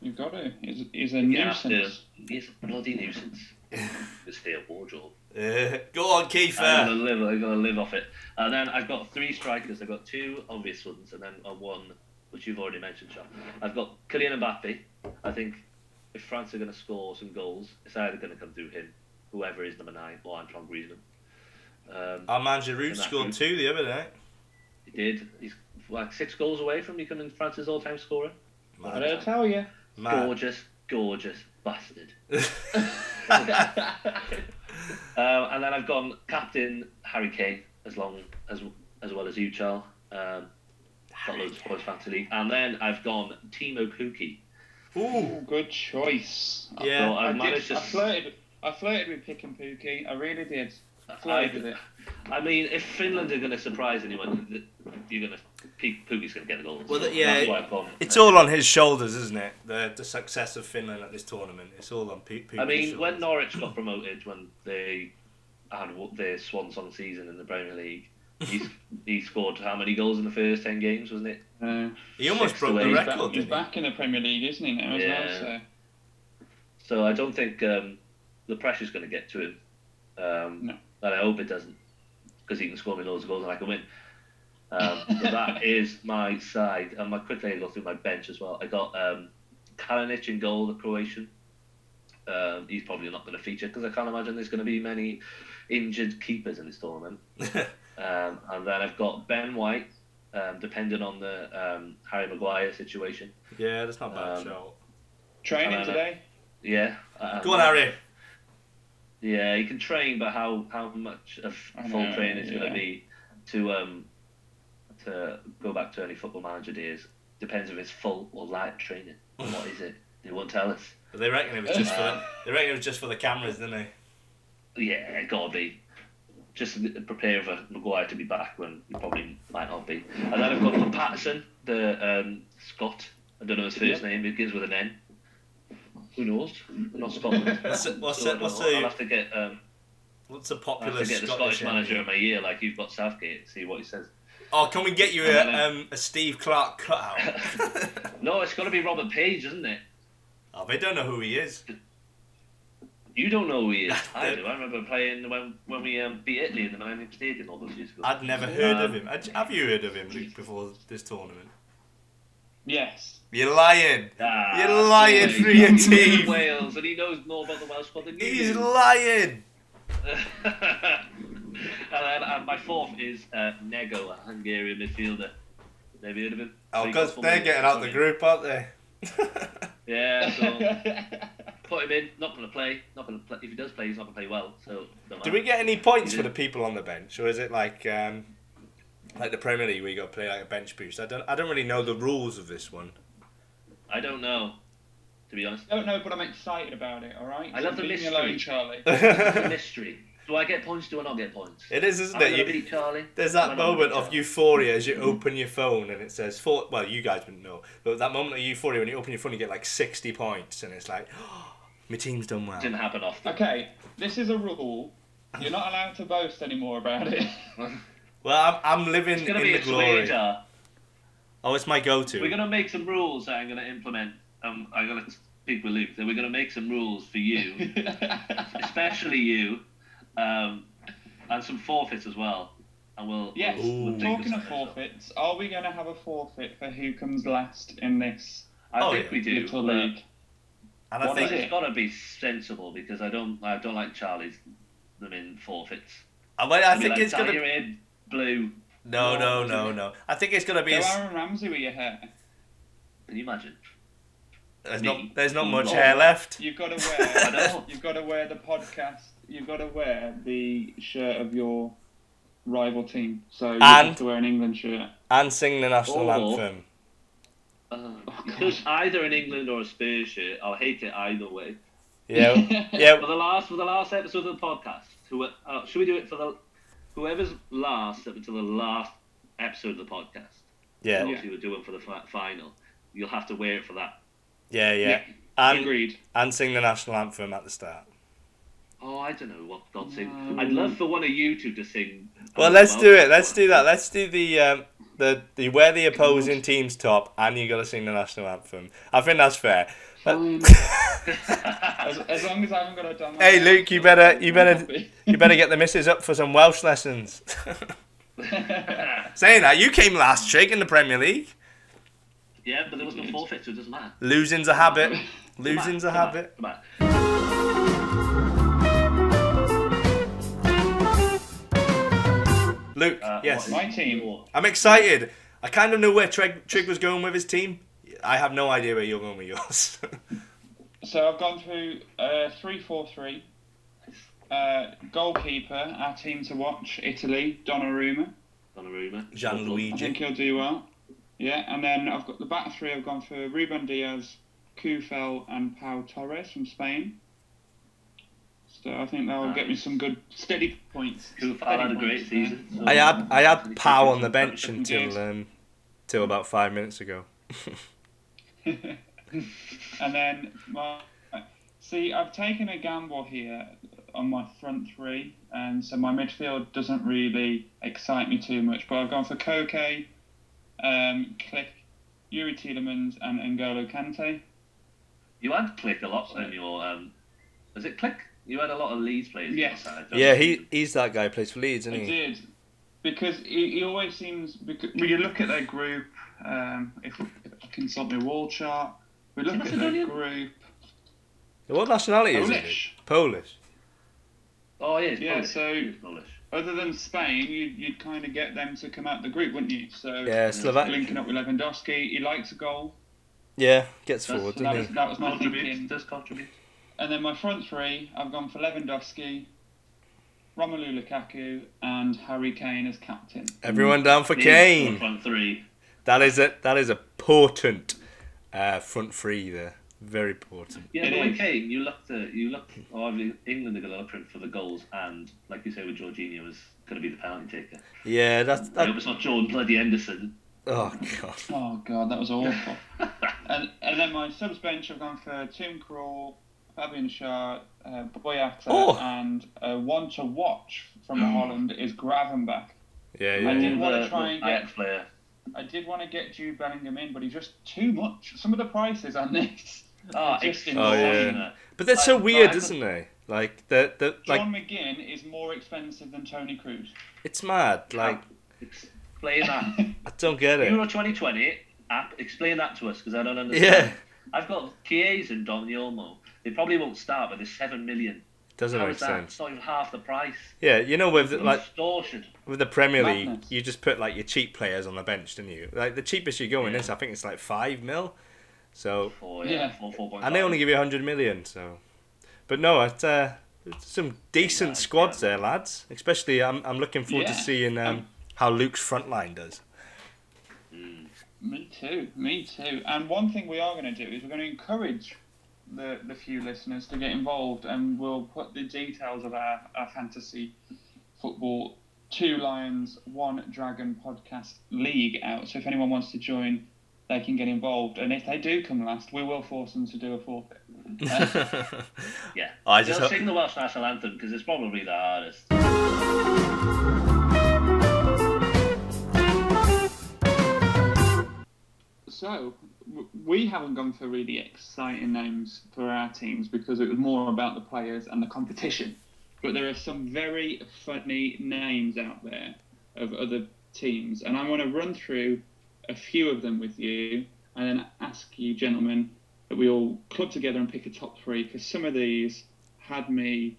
Speaker 3: You've got to. He's, he's a
Speaker 2: Yeah,
Speaker 3: nuisance.
Speaker 2: he's a bloody nuisance. Just stay at wardrobe.
Speaker 4: Uh, go on,
Speaker 2: I'm
Speaker 4: Kiefer.
Speaker 2: gonna live. I'm gonna live off it. And then I've got three strikers. I've got two obvious ones, and then a one which you've already mentioned, Sean. I've got Kylian Mbappe. I think if France are gonna score some goals, it's either gonna come through him, whoever is number nine, or Antoine Griezmann. Um,
Speaker 4: Armand Giroud
Speaker 2: And that
Speaker 4: scored
Speaker 2: group.
Speaker 4: two the other night.
Speaker 2: he did. He's like six goals away from becoming France's all-time scorer.
Speaker 3: I
Speaker 4: Man,
Speaker 3: don't tell you.
Speaker 4: man.
Speaker 2: Gorgeous, gorgeous bastard. um, and then I've gone captain Harry Kane as long as as well as you, Charles. Um, got loads of points fantasy league. And then I've gone Timo Pukki.
Speaker 4: Ooh,
Speaker 3: Ooh, good choice.
Speaker 2: So
Speaker 4: yeah.
Speaker 2: I've
Speaker 3: I,
Speaker 2: uh,
Speaker 3: did,
Speaker 2: managed to.
Speaker 3: I flirted. I flirted with Pick and Pookie. I really did. I flirted with it.
Speaker 2: I mean, if Finland are going to surprise anyone, th- you're going to Pukki's going to get the goals.
Speaker 4: Well, th- yeah,
Speaker 2: That's why I've gone.
Speaker 4: It's all on his shoulders, isn't it? The the success of Finland at this tournament. It's all on Pete.
Speaker 2: I mean, when Norwich got promoted, when they had w- their swan song season in the Premier League, he, s- he scored how many goals in the first ten games, wasn't it?
Speaker 3: Uh,
Speaker 4: he almost
Speaker 2: six
Speaker 4: broke the
Speaker 2: away,
Speaker 3: he's back,
Speaker 4: record, didn't
Speaker 3: he's
Speaker 4: he?
Speaker 3: back in the Premier League, isn't he now?
Speaker 2: Yeah.
Speaker 3: As well, so.
Speaker 2: So I don't think um, the pressure's going to get to him. Um,
Speaker 3: No.
Speaker 2: And I hope it doesn't, because he can score me loads of goals and I can win. Um, but that is my side. And my quickly, I go through my bench as well. I got um, Kalinic in goal, the Croatian. Um, he's probably not going to feature because I can't imagine there's going to be many injured keepers in this tournament. Um, and then I've got Ben White, um, depending on the um, Harry Maguire situation.
Speaker 4: yeah, that's not a bad
Speaker 2: Um,
Speaker 4: shout.
Speaker 3: Training
Speaker 2: Uh,
Speaker 3: today.
Speaker 2: Yeah. um,
Speaker 4: Go on, Harry.
Speaker 2: Yeah, he can train, but how how much of
Speaker 3: I know,
Speaker 2: full training is going
Speaker 3: yeah.
Speaker 2: to be to um to go back to early football manager days depends if it's full or light training. And what is it? They won't tell us.
Speaker 4: But They reckon it was just for they reckon it was just for the cameras, didn't they?
Speaker 2: Yeah, it gotta be. Just prepare for Maguire to be back when he probably might not be. And then I've got for Patterson, the um, Scot. I don't know his first name. It begins with an N. Who knows? We're not Scotland.
Speaker 4: What's the, what's
Speaker 2: So I
Speaker 4: the,
Speaker 2: don't
Speaker 4: what's
Speaker 2: know. I'll
Speaker 4: the,
Speaker 2: have to get um,
Speaker 4: what's the
Speaker 2: I'll have
Speaker 4: popular
Speaker 2: to get the Scottish
Speaker 4: name?
Speaker 2: manager of my year, like you've got Southgate. See what he says.
Speaker 4: Oh, can we get you
Speaker 2: And
Speaker 4: a,
Speaker 2: then-
Speaker 4: um, a Steve Clark cutout?
Speaker 2: No, it's got to be Robert Page, isn't it?
Speaker 4: oh, they don't know who he is.
Speaker 2: You don't know who he is. I
Speaker 4: No.
Speaker 2: do. I remember playing when when we um, beat Italy in the Millennium Stadium all those years ago.
Speaker 4: I'd never heard of
Speaker 2: Um,
Speaker 4: him. Had- Have you heard of him Luke, before this tournament?
Speaker 3: Yes.
Speaker 4: You're lying.
Speaker 2: Ah,
Speaker 4: You're lying
Speaker 2: sorry.
Speaker 4: through your
Speaker 2: He's in
Speaker 4: teeth.
Speaker 2: Wales, and he knows more about the Welsh squad than you.
Speaker 4: He's
Speaker 2: do.
Speaker 4: lying.
Speaker 2: and then uh, my fourth is uh, Nego, a Hungarian midfielder. Have you heard of him?
Speaker 4: Oh,
Speaker 2: he
Speaker 4: because
Speaker 2: got
Speaker 4: they're
Speaker 2: somebody-
Speaker 4: getting out the group, aren't they?
Speaker 2: Yeah, so put him in. Not going to play. Not going to play. If he does play, he's not going to play well. So don't
Speaker 4: Do
Speaker 2: matter.
Speaker 4: we get any points
Speaker 2: Yeah.
Speaker 4: for the people on the bench, or is it like um, like the Premier League where you got to play like a bench boost? I don't, I don't really know the rules of this one.
Speaker 2: I don't know. To be honest,
Speaker 3: Don't know, but I'm excited about it. All right.
Speaker 2: I love the
Speaker 3: leave me
Speaker 2: mystery.
Speaker 3: alone, Charlie.
Speaker 2: it's a
Speaker 4: it
Speaker 2: mystery. Do I get points? Do I not get points?
Speaker 4: is, isn't
Speaker 2: I'm gonna
Speaker 4: it? You-
Speaker 2: beat Charlie.
Speaker 4: There's
Speaker 2: I'm
Speaker 4: that
Speaker 2: gonna
Speaker 4: moment
Speaker 2: beat
Speaker 4: of
Speaker 2: Charlie.
Speaker 4: euphoria as you open your phone and it says four. Well, you guys wouldn't know, but that moment of euphoria when you open your phone, you get like sixty points, and it's like, my team's done well.
Speaker 2: Didn't happen often.
Speaker 3: Okay, this is a rule. You're not allowed to boast anymore about it.
Speaker 4: Well, I'm, I'm living
Speaker 2: It's
Speaker 4: in
Speaker 2: gonna be
Speaker 4: the
Speaker 2: a swear
Speaker 4: glory.
Speaker 2: jar.
Speaker 4: Oh, it's my go-to.
Speaker 2: We're gonna make some rules that I'm gonna implement. Um, I'm gonna speak with Luke. That we're gonna make some rules for you, especially you, um, and some forfeits as well. And we'll
Speaker 3: yes.
Speaker 2: We'll, we'll
Speaker 4: Ooh.
Speaker 2: think
Speaker 3: Talking of
Speaker 2: something.
Speaker 3: forfeits, are we going to have a forfeit for who comes last in this
Speaker 2: I
Speaker 4: Oh,
Speaker 2: think
Speaker 4: yeah.
Speaker 2: we do. Uh,
Speaker 3: little
Speaker 2: but
Speaker 3: league?
Speaker 4: and I
Speaker 3: what
Speaker 4: think
Speaker 3: is it?
Speaker 2: It's gotta be sensible because I don't. I don't like Charlie's. Them in forfeits.
Speaker 4: I, mean, I
Speaker 2: I'll be
Speaker 4: think
Speaker 2: like,
Speaker 4: it's
Speaker 2: "Dal,
Speaker 4: gonna.
Speaker 2: You're in blue.
Speaker 4: No, no, no, no. I think it's gonna be.
Speaker 3: Go
Speaker 4: a s-
Speaker 3: Aaron Ramsey with your hair.
Speaker 2: Can you imagine?
Speaker 4: there's
Speaker 2: me.
Speaker 4: not. There's not much
Speaker 2: No.
Speaker 4: hair left.
Speaker 3: You've got to
Speaker 2: I
Speaker 3: wear.
Speaker 2: know.
Speaker 3: you've got to wear the podcast. You've got to wear the shirt of your rival team. So you
Speaker 4: And-
Speaker 3: have to wear an England shirt.
Speaker 4: And sing the national
Speaker 2: Oh.
Speaker 4: anthem.
Speaker 2: Uh,
Speaker 3: Oh,
Speaker 2: you
Speaker 3: God.
Speaker 2: could either an England or a Spurs shirt. I'll hate it either way.
Speaker 4: Yeah, yeah.
Speaker 2: For the last, for the last episode of the podcast, who, uh, should we do it for the whoever's last up until the last episode of the podcast?
Speaker 4: Yeah,
Speaker 2: Obviously, we're doing for the fi- final. You'll have to wear it for that.
Speaker 4: yeah, yeah.
Speaker 3: Yeah.
Speaker 4: And
Speaker 3: Agreed.
Speaker 4: and sing the national anthem at the start.
Speaker 2: Oh, I don't know what God sing.
Speaker 3: No.
Speaker 2: I'd love for one of you two to sing.
Speaker 4: Well, let's do it. Let's do that. Let's do the um, the the wear the opposing team's top, and you got to sing the national anthem. I think that's fair.
Speaker 3: Fine. as, as long as I haven't got a dumb.
Speaker 4: Hey, Luke, you better you better you better get the missus up for some Welsh lessons. Saying that, you came last trick in the Premier League.
Speaker 2: Yeah, but there was no forfeit, so it doesn't matter.
Speaker 4: Losing's a habit.
Speaker 2: Come on,
Speaker 4: Losing's a
Speaker 2: come on,
Speaker 4: habit.
Speaker 2: Come on.
Speaker 4: Luke,
Speaker 2: Uh,
Speaker 4: yes.
Speaker 2: what is
Speaker 3: My team.
Speaker 2: your-
Speaker 4: I'm excited. I kind of know where Trig, Trig was going with his team. I have no idea where you're going with yours.
Speaker 3: So I've gone through uh, 3 4 3. Uh, goalkeeper, our team to watch, Italy, Donnarumma.
Speaker 2: Donnarumma.
Speaker 3: I think
Speaker 4: Gianluigi.
Speaker 3: he'll do well. Yeah, and then I've got the back three. I've gone for Ruben Diaz, Kufel, and Pau Torres from Spain. So I think that will get me some good steady points.
Speaker 2: Kufal
Speaker 3: Steady
Speaker 2: had a great
Speaker 3: points there.
Speaker 2: season. so-
Speaker 4: I had I had
Speaker 2: Actually,
Speaker 4: Pow
Speaker 2: Kufal-
Speaker 4: on the bench
Speaker 3: Yes.
Speaker 4: until um, till about five minutes ago.
Speaker 3: And then my see, I've taken a gamble here on my front three, and so my midfield doesn't really excite me too much. But I've gone for Koke, um, Click, Yuri Tielemans, and N'Golo Kante.
Speaker 2: You had Click a lot on your. Um, was it Click? You had a lot of Leeds players. on
Speaker 3: Yes.
Speaker 2: your side, don't
Speaker 4: Yeah,
Speaker 2: you?
Speaker 4: he he's that guy. Plays for Leeds,
Speaker 3: I
Speaker 4: isn't he?
Speaker 3: did because he, he always seems because when you look at their group, um, if I consult my wall chart, we look at their
Speaker 2: Macedonian?
Speaker 3: group.
Speaker 4: What nationality is
Speaker 3: Polish.
Speaker 4: he? Polish.
Speaker 2: Oh, yeah. He's
Speaker 3: Yeah,
Speaker 2: Polish.
Speaker 3: so-
Speaker 2: He's Polish.
Speaker 3: Other than Spain, you, you'd kind of get them to come out the group, wouldn't you? So
Speaker 4: Yeah, Slovak.
Speaker 3: linking up with Lewandowski. He likes a goal.
Speaker 4: Yeah, gets
Speaker 2: That's-
Speaker 4: forward,
Speaker 3: That
Speaker 4: doesn't
Speaker 3: was,
Speaker 4: he?
Speaker 3: that was my
Speaker 2: Contributes.
Speaker 3: thinking.
Speaker 2: Does contribute.
Speaker 3: And then my front three, I've gone for Lewandowski, Romelu Lukaku, and Harry Kane as captain.
Speaker 4: Everyone down for
Speaker 2: Leeds
Speaker 4: Kane.
Speaker 2: Front three.
Speaker 4: That is a that is a potent uh, front three there. Very potent.
Speaker 2: Yeah,
Speaker 3: It
Speaker 2: but with
Speaker 3: is.
Speaker 2: Kane, you look to you look. Obviously, England are going to look for, for the goals, and like you say, with Jorginho is going to be the penalty taker.
Speaker 4: Yeah, that's
Speaker 2: I
Speaker 4: that.
Speaker 2: hope it's not Jordan bloody Henderson.
Speaker 4: Oh god.
Speaker 3: Oh god, that was awful. and and then my subs bench, I've gone for Tim Krul, Fabian Schär, uh, Boyata,
Speaker 4: Oh.
Speaker 3: and uh, one to watch from Holland is Gravenbach.
Speaker 4: Yeah,
Speaker 3: I
Speaker 4: yeah. yeah.
Speaker 3: didn't wanna
Speaker 2: The-
Speaker 3: try
Speaker 2: the
Speaker 3: and get-
Speaker 2: uh, Ajax player.
Speaker 3: I did want to get Jude Bellingham in, but he's just too much. Some of the prices on this.
Speaker 2: Ah,
Speaker 3: Just
Speaker 2: excellent.
Speaker 4: Oh, yeah.
Speaker 3: uh,
Speaker 2: Isn't it?
Speaker 4: But they're so
Speaker 2: I-
Speaker 4: weird,
Speaker 2: I-
Speaker 4: isn't they? Like the the like
Speaker 3: John McGinn is more expensive than Tony Cruz.
Speaker 4: it's mad. Like
Speaker 2: Explain that.
Speaker 4: I don't get
Speaker 2: Euro
Speaker 4: it.
Speaker 2: 2020 app. Explain that to us because I don't
Speaker 4: Yeah,
Speaker 2: understand. I've got Chiesa and Doniolmo. They probably won't start, but they're seven million.
Speaker 4: doesn't
Speaker 2: How
Speaker 4: make
Speaker 2: is that?
Speaker 4: sense.
Speaker 2: It's not even half the price.
Speaker 4: Yeah, you know with like
Speaker 2: Distortion.
Speaker 4: with the Premier League,
Speaker 3: Madness.
Speaker 4: you just put like your cheap players on the bench, didn't you? Like the cheapest you go in this, I think it's like five mil. So
Speaker 2: Oh,
Speaker 3: Yeah.
Speaker 2: yeah. Four, four point
Speaker 4: and they
Speaker 2: five.
Speaker 4: only give you 100 million so but no it's, uh, it's some decent
Speaker 2: Yeah,
Speaker 4: squads there lads especially i'm, I'm looking forward to
Speaker 3: Yeah.
Speaker 4: seeing um, how luke's front line does
Speaker 3: Me too, me too. And one thing we are going to do is we're going to encourage the, the few listeners to get involved and we'll put the details of our, our fantasy football two lions one dragon podcast league out so if anyone wants to join they can get involved and if they do come last we will force them to do a forfeit Uh,
Speaker 2: Yeah.
Speaker 4: I just
Speaker 2: They'll
Speaker 4: hope-
Speaker 2: sing the Welsh national anthem because it's probably the hardest.
Speaker 3: so w- we haven't gone for really exciting names for our teams because it was more about the players and the competition. But there are some very funny names out there of other teams, and I want to run through a few of them with you, and then ask you, gentlemen, that we all club together and pick a top three because some of these had me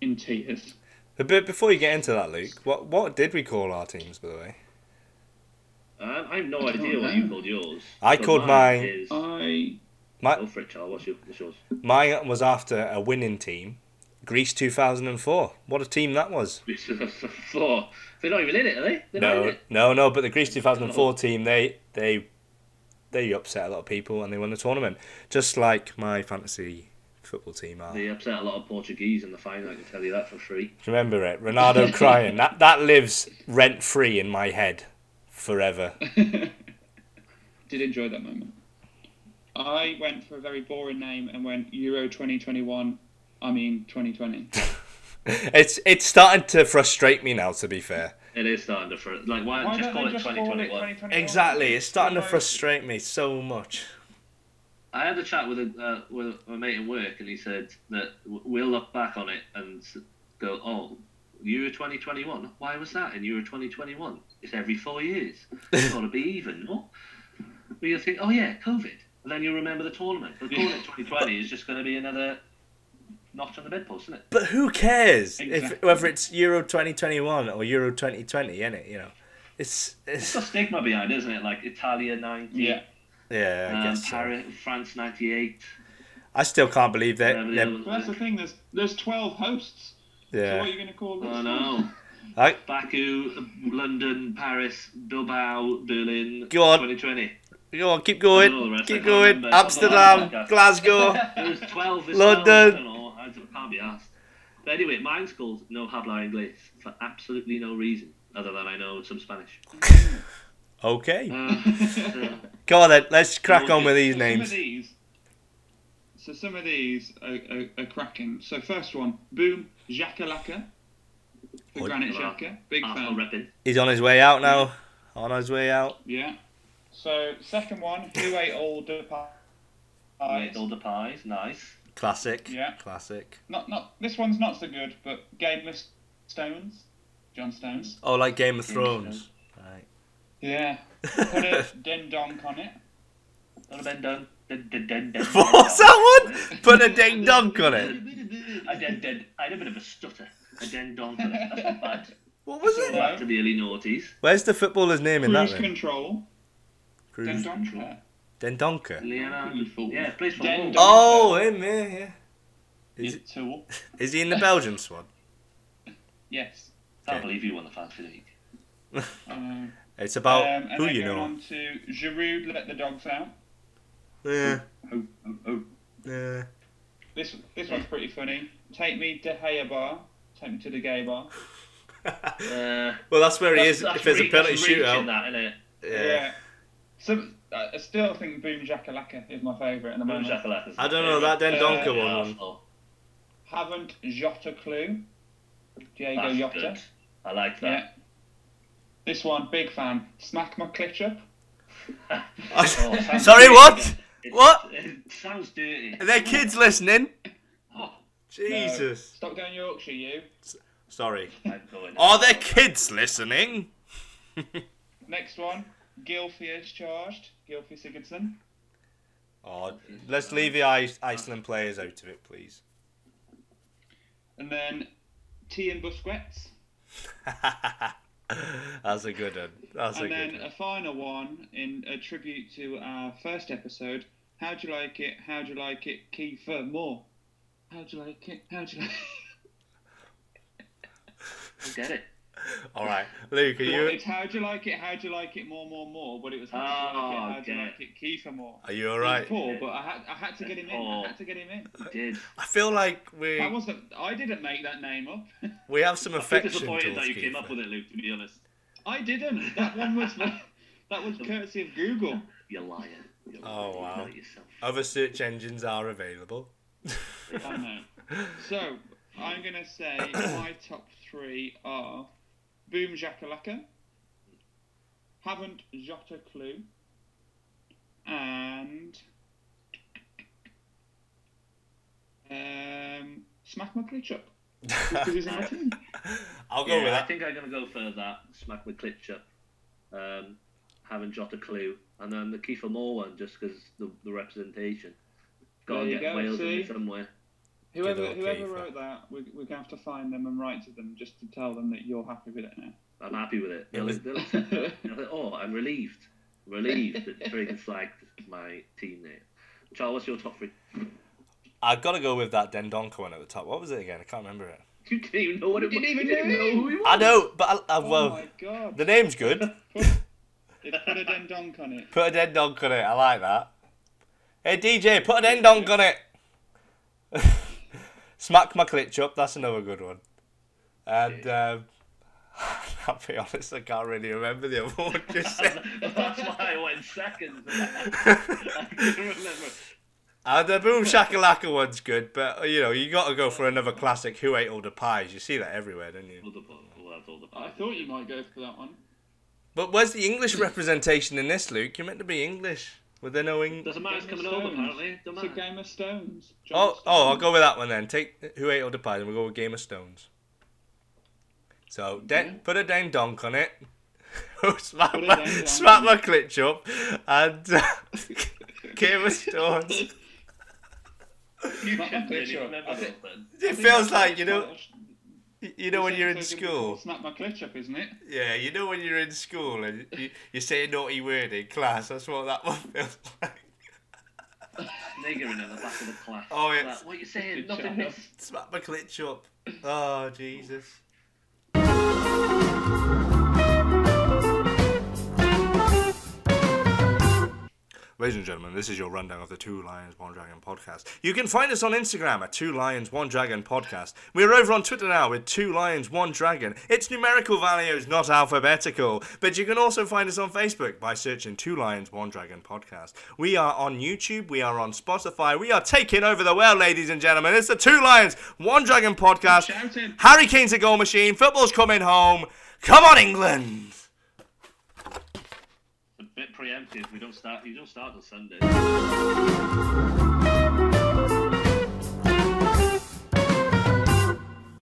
Speaker 3: in tears.
Speaker 4: but be- before you get into that luke what what did we call our teams by the way
Speaker 2: Um, I have no
Speaker 3: I don't
Speaker 2: idea what
Speaker 3: know.
Speaker 2: you called yours.
Speaker 4: I
Speaker 2: But
Speaker 4: called mine- Uh,
Speaker 2: Is...
Speaker 3: I
Speaker 2: Go
Speaker 4: my
Speaker 2: for it, Charles. What's, your, what's yours?
Speaker 4: mine was after a winning team greece 2004 what a team that was
Speaker 2: Four. They're not even in it, are they? They're not in
Speaker 4: no
Speaker 2: it.
Speaker 4: no no but the greece 2004 team they they they upset a lot of people and they won the tournament just like my fantasy football team are
Speaker 2: They upset a lot of Portuguese in the final. I can tell you that for free.
Speaker 4: Remember it, Ronaldo crying. That that lives rent free in my head forever.
Speaker 3: did enjoy that moment. I went for a very boring name and went Euro 2021. I mean 2020.
Speaker 4: It's it's starting to frustrate me now. To be fair,
Speaker 2: It is starting to fr- like why,
Speaker 3: Why
Speaker 2: just
Speaker 3: don't
Speaker 2: call
Speaker 3: they
Speaker 2: it
Speaker 3: just call it
Speaker 2: 2021.
Speaker 3: 2021?
Speaker 4: exactly. It's starting to
Speaker 3: Why-
Speaker 4: frustrate me so much.
Speaker 2: I had a chat with a uh, with my mate in work, and he said that w- we'll look back on it and s- go, "Oh, Euro 2021. Why was that in Euro 2021? It's every four years. It's got to be even, no?" But you think, "Oh yeah, COVID," and then you remember the tournament. But calling it 2020 is just going to be another notch on the mid post, isn't it?
Speaker 4: But who cares if
Speaker 3: Exactly.
Speaker 4: whether it's Euro 2021 or Euro 2020, innit? You know, it's
Speaker 2: It's
Speaker 4: it's
Speaker 2: got stigma behind, it, isn't it? Like Italia '90,
Speaker 3: Yeah.
Speaker 4: yeah. I
Speaker 2: um,
Speaker 4: guess so.
Speaker 2: Paris, France '98.
Speaker 4: I still can't believe that.
Speaker 2: whatever the
Speaker 4: that-
Speaker 2: others
Speaker 3: Well, that's the
Speaker 2: were.
Speaker 3: thing. There's there's 12 hosts. So what are
Speaker 4: yeah,
Speaker 3: you going to call this?
Speaker 2: I
Speaker 3: one?
Speaker 2: know.
Speaker 4: I,
Speaker 2: Baku, London, Paris, Bilbao, Berlin.
Speaker 4: Go on.
Speaker 2: 2020.
Speaker 4: go on, keep
Speaker 2: I
Speaker 4: going,
Speaker 2: know the rest, I
Speaker 4: keep
Speaker 2: can't
Speaker 4: going.
Speaker 2: remember. Something
Speaker 4: Amsterdam,
Speaker 2: like that.
Speaker 4: Glasgow.
Speaker 2: It was 12
Speaker 4: London.
Speaker 2: as well, I don't know. I don't- can't be asked. But anyway, mine's called No Habla Inglés for absolutely no reason other than I know some Spanish.
Speaker 4: Okay,
Speaker 2: Uh, so,
Speaker 4: go on then. Let's crack
Speaker 2: Well,
Speaker 4: on with these
Speaker 3: So
Speaker 4: names.
Speaker 3: Some of these, so some of these are, are, are cracking. So first one, boom, Xhakalaka. For
Speaker 4: Oi.
Speaker 3: Granite Xhaka, big
Speaker 2: Arsenal
Speaker 3: fan.
Speaker 2: repping.
Speaker 4: He's on his way out now. On his way out.
Speaker 3: Yeah. So second one, who ate all the pies?
Speaker 2: Made all the pies, nice.
Speaker 4: Classic.
Speaker 3: Yeah.
Speaker 4: Classic.
Speaker 3: Not not this one's not so good, but Gameless Stones, John Stones.
Speaker 4: Oh, like Game of
Speaker 2: Game
Speaker 4: Thrones.
Speaker 3: Yeah. Put a
Speaker 4: Right.
Speaker 3: den donk on it.
Speaker 2: Not a bend done. Dun, dun, dun, dun, dun,
Speaker 4: What's
Speaker 2: dun.
Speaker 4: that one? Put a ding dong on it.
Speaker 2: I did, did. I had a bit of a stutter. I did done for that. That's not bad.
Speaker 4: What was
Speaker 3: So
Speaker 4: it?
Speaker 3: that-
Speaker 2: Back to the early noughties.
Speaker 4: Where's the footballer's name in that
Speaker 3: Cruise
Speaker 4: then?
Speaker 3: control. Den
Speaker 4: Cruz
Speaker 3: donk.
Speaker 4: Dendonker.
Speaker 2: Leonardo.
Speaker 3: Fool.
Speaker 2: Yeah, plays for
Speaker 3: Den
Speaker 2: Wolves.
Speaker 3: Dong.
Speaker 4: Oh, him, yeah, yeah. Is
Speaker 3: Is
Speaker 4: it-
Speaker 3: it tool?
Speaker 4: Is he in the Belgian squad?
Speaker 3: Yes.
Speaker 2: Can't believe you won the fantasy league.
Speaker 3: Um,
Speaker 4: It's
Speaker 3: um,
Speaker 4: about
Speaker 3: and
Speaker 4: who
Speaker 3: then
Speaker 4: you
Speaker 3: going
Speaker 4: know.
Speaker 3: on to Giroud let the dogs out.
Speaker 4: Yeah,
Speaker 2: Oh, oh, oh.
Speaker 4: yeah.
Speaker 3: This this one's pretty funny. Take me to Haya Bar. Take me to the gay bar.
Speaker 2: Uh,
Speaker 4: Well, that's where he
Speaker 2: that's-
Speaker 4: is
Speaker 2: that's
Speaker 4: if there's a
Speaker 2: re-
Speaker 4: penalty
Speaker 2: that's reaching
Speaker 4: shootout.
Speaker 2: That, innit?
Speaker 4: Yeah.
Speaker 3: Some I I still think Boom Shakalaka is my favourite at the
Speaker 2: Moon
Speaker 3: moment.
Speaker 2: Shakalaka's
Speaker 4: I don't know, that Dendonker
Speaker 3: Uh,
Speaker 4: one.
Speaker 2: Arsenal.
Speaker 3: Haven't Jota clue. Diego
Speaker 2: That's
Speaker 3: Jota.
Speaker 2: good. I like
Speaker 3: Yeah.
Speaker 2: that.
Speaker 3: This one, big fan. Smack my clutch up.
Speaker 4: I-
Speaker 2: Oh, it sounds
Speaker 4: Sorry,
Speaker 2: dirty
Speaker 4: what?
Speaker 2: again. It-
Speaker 4: What?
Speaker 2: It sounds dirty.
Speaker 4: Are there kids listening?
Speaker 2: Oh,
Speaker 3: No.
Speaker 4: Jesus.
Speaker 3: Stop going Yorkshire, you.
Speaker 4: Sorry.
Speaker 2: I'm going.
Speaker 4: Are there kids listening?
Speaker 3: Next one, Gilfie is charged. Gilfie Sigurdsson.
Speaker 4: Oh, let's leave the Ice- Iceland players out of it, please.
Speaker 3: And then T and Busquets.
Speaker 4: That's a good one. That's a
Speaker 3: and
Speaker 4: good
Speaker 3: then
Speaker 4: one.
Speaker 3: a final one in a tribute to our first episode. How'd you like it? How'd you like it? Kiefer Moore. How'd you like it? How'd you like it?
Speaker 2: Get it.
Speaker 4: All right, Luke, are
Speaker 3: Well,
Speaker 4: you
Speaker 3: it's how'd you like it? How'd you like it? More, more, more. But it was how'd you
Speaker 2: Oh,
Speaker 3: like it? How'd
Speaker 2: okay.
Speaker 3: you like it? Kiefer Moore.
Speaker 4: are you all right?
Speaker 3: Poor, but I had, I had to get him in.
Speaker 2: Oh.
Speaker 3: I had to get him in.
Speaker 2: Did.
Speaker 4: I feel like we
Speaker 3: I wasn't. I didn't make that name up.
Speaker 4: we have some
Speaker 2: I'm
Speaker 4: affection
Speaker 2: disappointed
Speaker 4: towards
Speaker 2: that you came
Speaker 4: Keefer.
Speaker 2: up with it, Luke. To be honest,
Speaker 3: I didn't. That one was. That was courtesy of Google.
Speaker 2: you're lying. You're
Speaker 4: Oh,
Speaker 2: lying. You
Speaker 4: wow.
Speaker 2: know it yourself.
Speaker 4: Other search engines are available.
Speaker 3: I know. So I'm gonna say my top three are Boom Shakalaka, Haven't Jota Clue, and um, Smack My Clutch Up because he's in my team.
Speaker 4: I'll go
Speaker 2: Yeah, I
Speaker 4: with that.
Speaker 2: think I'm going to go for that. Smack with Klitschko. Um, haven't jot a clue. And then the Kiefer Moore one, just because the, the representation. Got
Speaker 3: There
Speaker 2: to
Speaker 3: you
Speaker 2: get
Speaker 3: go,
Speaker 2: Wales in
Speaker 3: see?
Speaker 2: there somewhere.
Speaker 3: Whoever
Speaker 4: old
Speaker 3: whoever
Speaker 4: Keefer.
Speaker 3: wrote that, we're, we're gonna have to find them and write to them just to tell them that you're happy with it now.
Speaker 2: I'm happy with it. They'll-
Speaker 4: was-
Speaker 2: they'll- they'll think, oh, I'm relieved. Relieved that Friggin slagged my team there. Charles, what's your top three?
Speaker 4: I've got to go with that Dendonka one at the top. What was it again? I can't remember it.
Speaker 2: You didn't even know what it
Speaker 3: Oh, You
Speaker 2: was.
Speaker 3: didn't even
Speaker 2: you didn't
Speaker 3: know
Speaker 2: know who he was.
Speaker 4: I know, but I, I,
Speaker 3: Oh
Speaker 4: well,
Speaker 3: my god!
Speaker 4: the name's good.
Speaker 3: They put a den donk on it.
Speaker 4: Put a Dendonk on it. I like that. Hey DJ, put a Dendonk on it. Smack my clutch up. That's another good one. And um, I'll be honest, I can't really remember the other one. Just said.
Speaker 2: That's why I went second. I couldn't remember.
Speaker 4: Uh, the Boom Shakalaka one's good, but uh, you know you got to go for another classic. Who ate all the pies? You see that everywhere, don't you?
Speaker 2: All the, all the, all the
Speaker 3: I thought you might go for that one.
Speaker 4: But where's the English representation in this, Luke? You're meant to be English. Were there no English?
Speaker 2: Doesn't matter, it's
Speaker 3: Game of
Speaker 2: coming over
Speaker 3: Stones.
Speaker 2: apparently.
Speaker 3: It's
Speaker 2: Doesn't
Speaker 3: a
Speaker 2: matter.
Speaker 3: game of stones.
Speaker 4: Oh, oh, I'll go with that one then. Take who ate all the pies, and we'll go with Game of Stones. So den, put a dang donk on it. smack
Speaker 3: Mm-hmm. Put a
Speaker 4: my
Speaker 3: dang donk
Speaker 4: smack
Speaker 3: on
Speaker 4: my clutch up, and uh, Game of Stones.
Speaker 2: You
Speaker 3: Not
Speaker 2: can
Speaker 3: my
Speaker 2: really
Speaker 3: picture.
Speaker 2: remember
Speaker 3: I think-
Speaker 2: nothing.
Speaker 4: It feels like you know, you know when you're in
Speaker 3: It's like a-
Speaker 4: school.
Speaker 3: Snap my clutch up, isn't it?
Speaker 4: Yeah, you know when you're in school and you, you say a naughty word in class. That's what that one feels like.
Speaker 2: Niggering at the back of the class.
Speaker 4: Oh, it's-
Speaker 2: Like, what you saying?
Speaker 3: Good
Speaker 2: Nothing.
Speaker 3: job.
Speaker 2: miss.
Speaker 4: Smack my glitch up. Oh Jesus. Ladies and gentlemen, this is your rundown of the Two Lions One Dragon podcast. You can find us on Instagram at Two Lions One Dragon podcast. We're over on Twitter now with Two Lions One Dragon. It's numerical values, not alphabetical. But you can also find us on Facebook by searching Two Lions One Dragon podcast. We are on YouTube. We are on Spotify. We are taking over the world, ladies and gentlemen. It's the Two Lions One Dragon podcast.
Speaker 3: Shouting.
Speaker 4: Harry Kane's a goal machine. Football's coming home. Come on, England.
Speaker 2: A bit preemptive. We don't start. You don't start till Sunday.